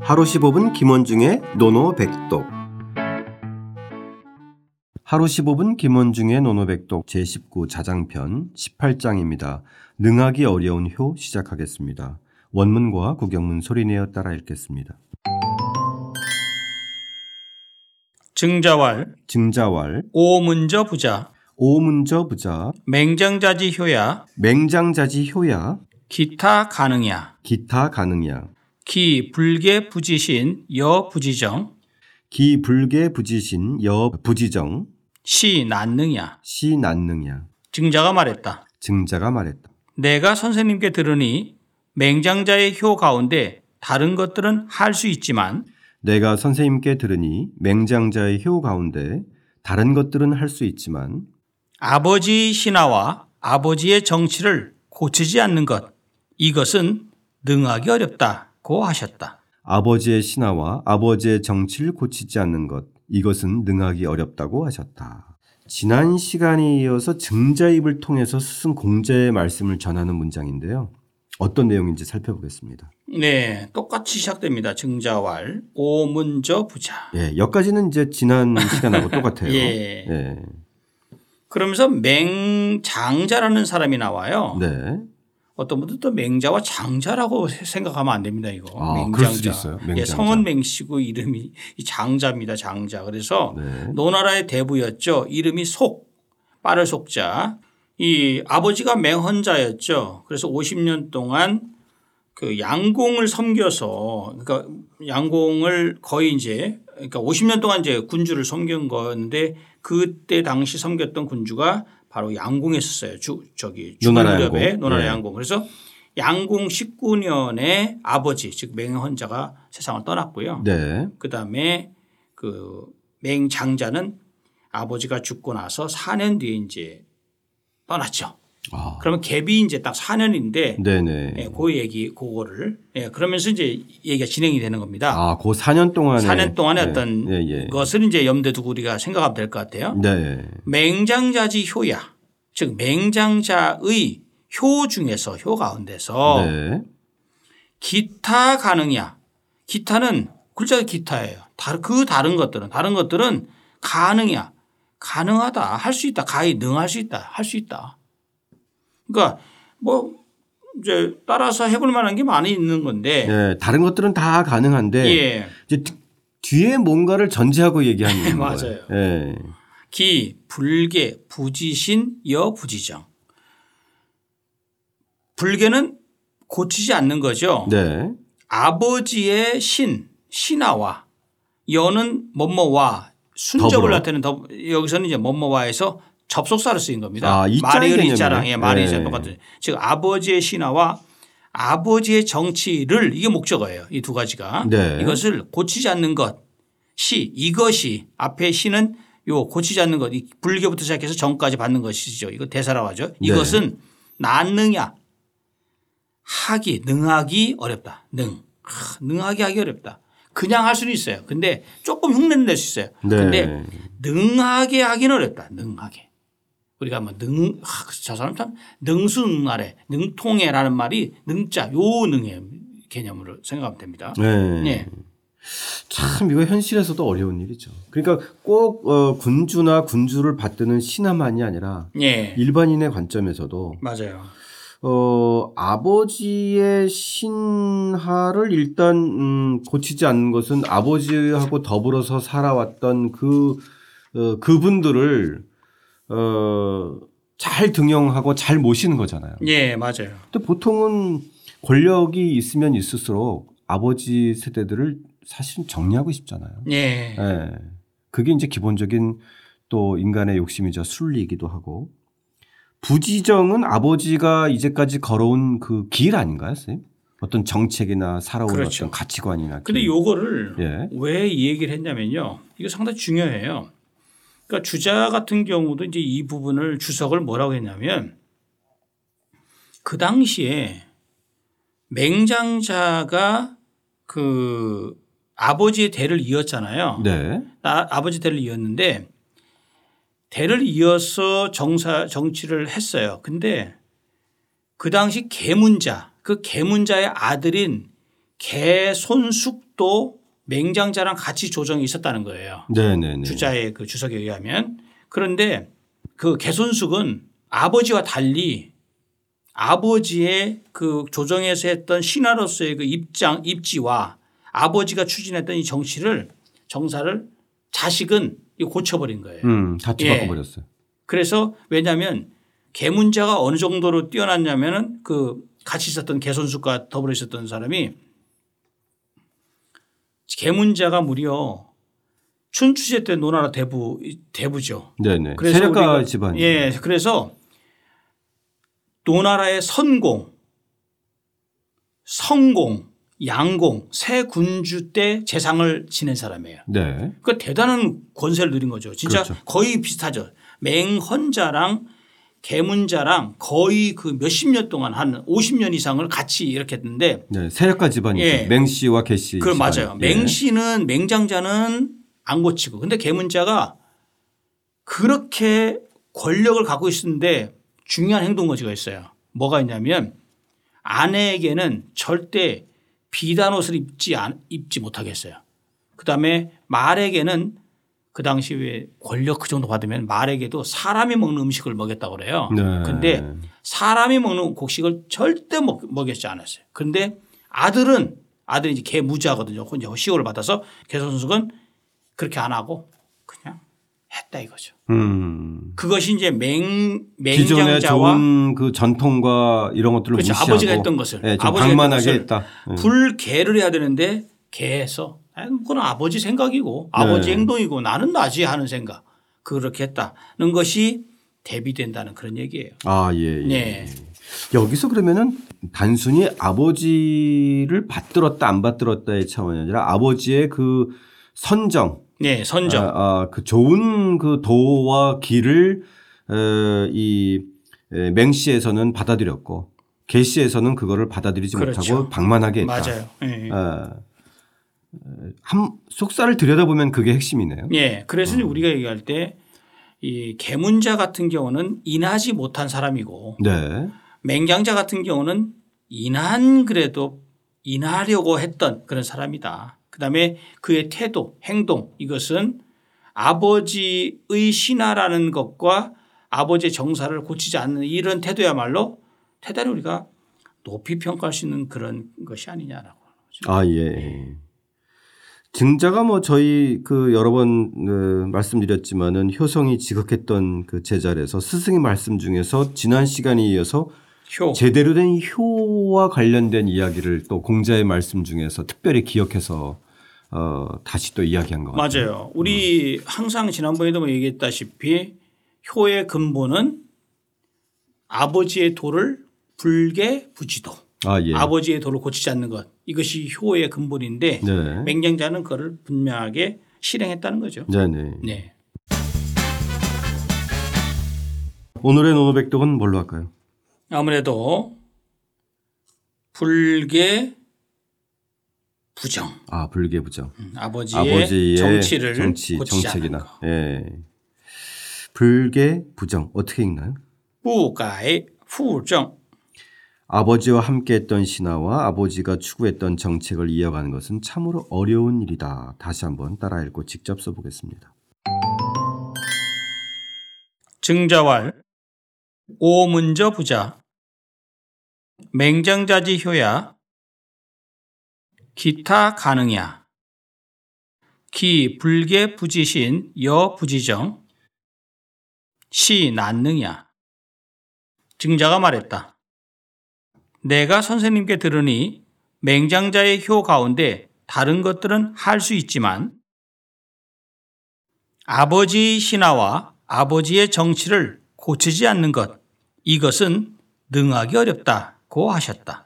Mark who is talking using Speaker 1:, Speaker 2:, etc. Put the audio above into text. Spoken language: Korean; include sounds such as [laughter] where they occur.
Speaker 1: 하루 15분 김원중의 노노백독 하루 15분 김원중의 노노백독 제19 자장편 18장입니다. 능하기 어려운 효 시작하겠습니다. 원문과 구경문 소리내어 따라 읽겠습니다.
Speaker 2: 증자왈
Speaker 1: 증자왈
Speaker 2: 오문저 부자
Speaker 1: 오문저 부자
Speaker 2: 맹장자지 효야
Speaker 1: 맹장자지 효야
Speaker 2: 기타 가능야
Speaker 1: 기타 가능야
Speaker 2: 기 불계 부지신 여 부지정
Speaker 1: 기 불계 부지신 여 부지정
Speaker 2: 시 난능야
Speaker 1: 시 난능야
Speaker 2: 증자가 말했다.
Speaker 1: 증자가 말했다.
Speaker 2: 내가 선생님께 들으니 맹장자의 효 가운데 다른 것들은 할 수 있지만
Speaker 1: 내가 선생님께 들으니 맹장자의 효 가운데 다른 것들은 할 수 있지만
Speaker 2: 아버지의 신하와 아버지의 정치를 고치지 않는 것 이것은 능하기 어렵다고 하셨다.
Speaker 1: 아버지의 신하와 아버지의 정치를 고치지 않는 것 이것은 능하기 어렵다고 하셨다. 지난 시간에 이어서 증자입을 통해서 스승 공자의 말씀을 전하는 문장인데요. 어떤 내용인지 살펴보겠습니다.
Speaker 2: 네, 똑같이 시작됩니다. 증자왈 오문저 부자.
Speaker 1: 예, 여기까지는 이제 지난
Speaker 2: [laughs]
Speaker 1: 시간하고 똑같아요.
Speaker 2: 예.
Speaker 1: 예.
Speaker 2: 그러면서 맹장자라는 사람이 나와요.
Speaker 1: 네.
Speaker 2: 어떤 분들 또 맹자와 장자라고 생각하면 안 됩니다. 이거
Speaker 1: 아, 그럴 수도 있어요. 맹장자.
Speaker 2: 예, 성은 맹씨고 이름이 이 장자입니다. 장자. 그래서
Speaker 1: 네.
Speaker 2: 노나라의 대부였죠. 이름이 속 빠를 속자. 이 아버지가 맹헌자였죠. 그래서 50년 동안 그 양공을 섬겨서 그러니까 양공을 거의 이제 그러니까 50년 동안 이제 군주를 섬긴 건데 그때 당시 섬겼던 군주가 바로 양공했었어요. 주 저기
Speaker 1: 노나라
Speaker 2: 주군급의
Speaker 1: 양공.
Speaker 2: 노나라
Speaker 1: 네.
Speaker 2: 양공. 그래서 양공 19년에 아버지 즉 맹헌자가 세상을 떠났고요.
Speaker 1: 네.
Speaker 2: 그다음에 그 맹장자는 아버지가 죽고 나서 4년 뒤에 이제 떠났죠.
Speaker 1: 아.
Speaker 2: 그러면 갭이 이제 딱 4년인데
Speaker 1: 네네.
Speaker 2: 그 얘기 그거를 예, 그러면서 이제 얘기가 진행이 되는 겁니다.
Speaker 1: 아, 그 4년 동안에
Speaker 2: 4년 동안에
Speaker 1: 네.
Speaker 2: 어떤
Speaker 1: 예, 예.
Speaker 2: 것을 이제 염두에 두고 우리가 생각하면 될 것 같아요.
Speaker 1: 네.
Speaker 2: 맹장자지 효야 즉 맹장자의 효 중에서 효 가운데서
Speaker 1: 네.
Speaker 2: 기타 가능이야. 기타는 글자가 기타예요. 다- 그 다른 것들은 다른 것들은 가능이야. 가능하다. 할 수 있다. 가히 능할 수 있다. 할 수 있다. 그러니까 뭐 이제 따라서 해볼 만한 게 많이 있는 건데
Speaker 1: 네, 다른 것들은 다 가능한데
Speaker 2: 예.
Speaker 1: 이제 뒤- 뒤에 뭔가를 전제하고
Speaker 2: [laughs]
Speaker 1: 얘기하는
Speaker 2: 맞아요.
Speaker 1: 거예요. 예.
Speaker 2: 기 불계 부지신 여 부지정 불계는 고치지 않는 거죠.
Speaker 1: 네.
Speaker 2: 아버지의 신 신하와 여는 뭐뭐와 순접을
Speaker 1: 더불어.
Speaker 2: 나타내는 더, 여기서는 이제 뭐뭐와에서 접속사로 쓰인 겁니다.
Speaker 1: 아, 이자의
Speaker 2: 마리을
Speaker 1: 개념이네.
Speaker 2: 이자랑 예, 마리을 이자
Speaker 1: 네.
Speaker 2: 똑같은 즉 아버지의 신하와 아버지의 정치를 이게 목적어예요. 이 두 가지가
Speaker 1: 네.
Speaker 2: 이것을 고치지 않는 것시 이것이 앞에 시는 요 고치지 않는 것 이 불교부터 시작해서 정까지 받는 것이죠. 이거 대사라고 하죠.
Speaker 1: 네.
Speaker 2: 이것은 난능이야. 하기 능하기 어렵다. 능 하, 능하기 하기 어렵다. 그냥 할 수는 있어요. 근데 조금 흉내는 낼 수 있어요.
Speaker 1: 네.
Speaker 2: 근데 능하게 하기는 어렵다. 능하게 우리가 뭐능저 사람 참 능수능아래 능통해라는 말이 능자 요 능의 개념으로 생각하면 됩니다.
Speaker 1: 네.
Speaker 2: 네.
Speaker 1: 참 이거 현실에서도 어려운 일이죠. 그러니까 꼭 어, 군주나 군주를 받드는 신하만이 아니라
Speaker 2: 예
Speaker 1: 일반인의 관점에서도
Speaker 2: 맞아요.
Speaker 1: 어, 아버지의 신하를 일단 음, 고치지 않는 것은 아버지하고 더불어서 살아왔던 그 어, 그분들을 어, 잘 등용하고 잘 모시는 거잖아요.
Speaker 2: 예 맞아요.
Speaker 1: 근데 보통은 권력이 있으면 있을수록 아버지 세대들을 사실은 정리하고 싶잖아요.
Speaker 2: 예
Speaker 1: 예. 그게 이제 기본적인 또 인간의 욕심이자 순리이기도 하고 부지정은 아버지가 이제까지 걸어온 그 길 아닌가요, 쌤? 어떤 정책이나 살아온
Speaker 2: 그렇죠.
Speaker 1: 어떤 가치관이나. 그
Speaker 2: 근데
Speaker 1: 길.
Speaker 2: 요거를
Speaker 1: 예.
Speaker 2: 왜 이 얘기를 했냐면요. 이거 상당히 중요해요. 그러니까 주자 같은 경우도 이제 이 부분을 주석을 뭐라고 했냐면 그 당시에 맹장자가 그 아버지의 대를 이었잖아요.
Speaker 1: 네.
Speaker 2: 나- 아버지 대를 이었는데 대를 이어서 정사 정치를 했어요. 근데 그 당시 계문자 그 계문자의 아들인 개 손숙도 맹장자랑 같이 조정이 있었다는 거예요.
Speaker 1: 네, 네, 네.
Speaker 2: 주자의 그 주석에 의하면 그런데 그 개손숙은 아버지와 달리 아버지의 그 조정에서 했던 신하로서의 그 입장 입지와 아버지가 추진했던 이 정치를 정사를 자식은 이거 고쳐버린 거예요.
Speaker 1: 음, 다 뒤바꿔 버렸어요.
Speaker 2: 그래서 왜냐하면 개 문제가 어느 정도로 뛰어났냐면은 그 같이 있었던 개선수과 더불어 있었던 사람이 개 문제가 무려 춘추제 때 노나라 대부 대부죠.
Speaker 1: 네, 네.
Speaker 2: 그래서
Speaker 1: 세력가
Speaker 2: 우리가-
Speaker 1: 집안.
Speaker 2: 예, 그래서 노나라의 선공, 성공, 양공 세 군주 때 재상을 지낸 사람이에요.
Speaker 1: 네.
Speaker 2: 그 대단한 권세를 누린 거죠. 진짜
Speaker 1: 그렇죠.
Speaker 2: 거의 비슷하죠. 맹헌자랑 개문자랑 거의 그 몇십 년 동안 한 50년 이상을 같이 이렇게 했는데
Speaker 1: 네, 세력가 집안이죠.
Speaker 2: 예.
Speaker 1: 맹씨와 개씨.
Speaker 2: 그
Speaker 1: 집안.
Speaker 2: 맞아요.
Speaker 1: 예.
Speaker 2: 맹씨는 맹장자는 안 고치고 근데 개문자가 그렇게 권력을 갖고 있었는데 중요한 행동거지가 있어요. 뭐가 있냐면 아내에게는 절대 비단 옷을 입지 않, 입지 못하게 했어요. 그다음에 말에게는 그 당시 왜 권력 그 정도 받으면 말에게도 사람이 먹는 음식을 먹였다고 그래요.
Speaker 1: 네.
Speaker 2: 근데 사람이 먹는 곡식을 절대 먹, 먹였지 않았어요. 그런데 아들은 아들이 이제 개 무자거든요. 혼자 시호를 받아서 개선숙은 그렇게 안 하고 그냥 했다 이거죠.
Speaker 1: 음.
Speaker 2: 그것이 이제 맹
Speaker 1: 기존의
Speaker 2: 맹장자와
Speaker 1: 좋은 그 전통과 이런 것들을
Speaker 2: 그렇죠.
Speaker 1: 무시하고
Speaker 2: 아버지가 했던 것을.
Speaker 1: 예, 좀
Speaker 2: 아버지가 했던
Speaker 1: 방만하게
Speaker 2: 것을
Speaker 1: 했다. 예.
Speaker 2: 불개를 해야 되는데 개에서 아니, 그건 아버지 생각이고 아버지
Speaker 1: 네.
Speaker 2: 행동이고 나는 나지 하는 생각 그렇게 했다는 것이 대비된다는 그런 얘기예요.
Speaker 1: 아, 예, 예.
Speaker 2: 네.
Speaker 1: 여기서 그러면은 단순히 아버지를 받들었다 안 받들었다의 차원이 아니라 아버지의 그 선정,
Speaker 2: 네, 선정.
Speaker 1: 아, 아, 그 좋은 그 도와 길을 어, 이 에, 맹씨에서는 받아들였고 개씨에서는 그거를 받아들이지
Speaker 2: 그렇죠.
Speaker 1: 못하고 방만하게 했다.
Speaker 2: 맞아요. 예.
Speaker 1: 어, 한 속사를 들여다보면 그게 핵심이네요.
Speaker 2: 예. 그래서
Speaker 1: 음.
Speaker 2: 이제 우리가 얘기할 때 이 개문자 같은 경우는 인하지 못한 사람이고
Speaker 1: 네.
Speaker 2: 맹장자 같은 경우는 인한 그래도 인하려고 했던 그런 사람이다. 그다음에 그의 태도, 행동 이것은 아버지의 신하라는 것과 아버지의 정사를 고치지 않는 이런 태도야말로 대단히 우리가 높이 평가할 수 있는 그런 것이 아니냐라고.
Speaker 1: 아, 예, 예. 증자가 뭐 저희 그 여러 번 어, 말씀드렸지만은 효성이 지극했던 그 제자리에서 스승의 말씀 중에서 지난 시간에 이어서
Speaker 2: 효.
Speaker 1: 제대로 된 효와 관련된 이야기를 또 공자의 말씀 중에서 특별히 기억해서 어, 다시 또 이야기한 것 같아요.
Speaker 2: 맞아요. 우리 항상 지난번에도 뭐 얘기했다시피 효의 근본은 아버지의 도를 불게 부지도
Speaker 1: 아, 예.
Speaker 2: 아버지의 도를 고치지 않는 것 이것이 효의 근본인데
Speaker 1: 네.
Speaker 2: 맹장자는 그를 분명하게 실행했다는 거죠.
Speaker 1: 네, 네.
Speaker 2: 네.
Speaker 1: 오늘의 노노백독은 뭘로 할까요?
Speaker 2: 아무래도 불게 부정
Speaker 1: 아, 불개부정.
Speaker 2: 음, 아버지의,
Speaker 1: 아버지의
Speaker 2: 정치를
Speaker 1: 정치,
Speaker 2: 고치지 않는
Speaker 1: 정책이나
Speaker 2: 것.
Speaker 1: 예. 불개 부정 어떻게 읽나요?
Speaker 2: 부가의 후정
Speaker 1: 아버지와 함께했던 신하와 아버지가 추구했던 정책을 이어가는 것은 참으로 어려운 일이다. 다시 한번 따라 읽고 직접 써보겠습니다.
Speaker 2: 증자왈 오문저 부자 맹장자지 효야 기타 가능야 기 불계 부지신 여 부지정 시 난능야 증자가 말했다. 내가 선생님께 들으니 맹장자의 효 가운데 다른 것들은 할 수 있지만 아버지의 신하와 아버지의 정치를 고치지 않는 것, 이것은 능하기 어렵다고 하셨다.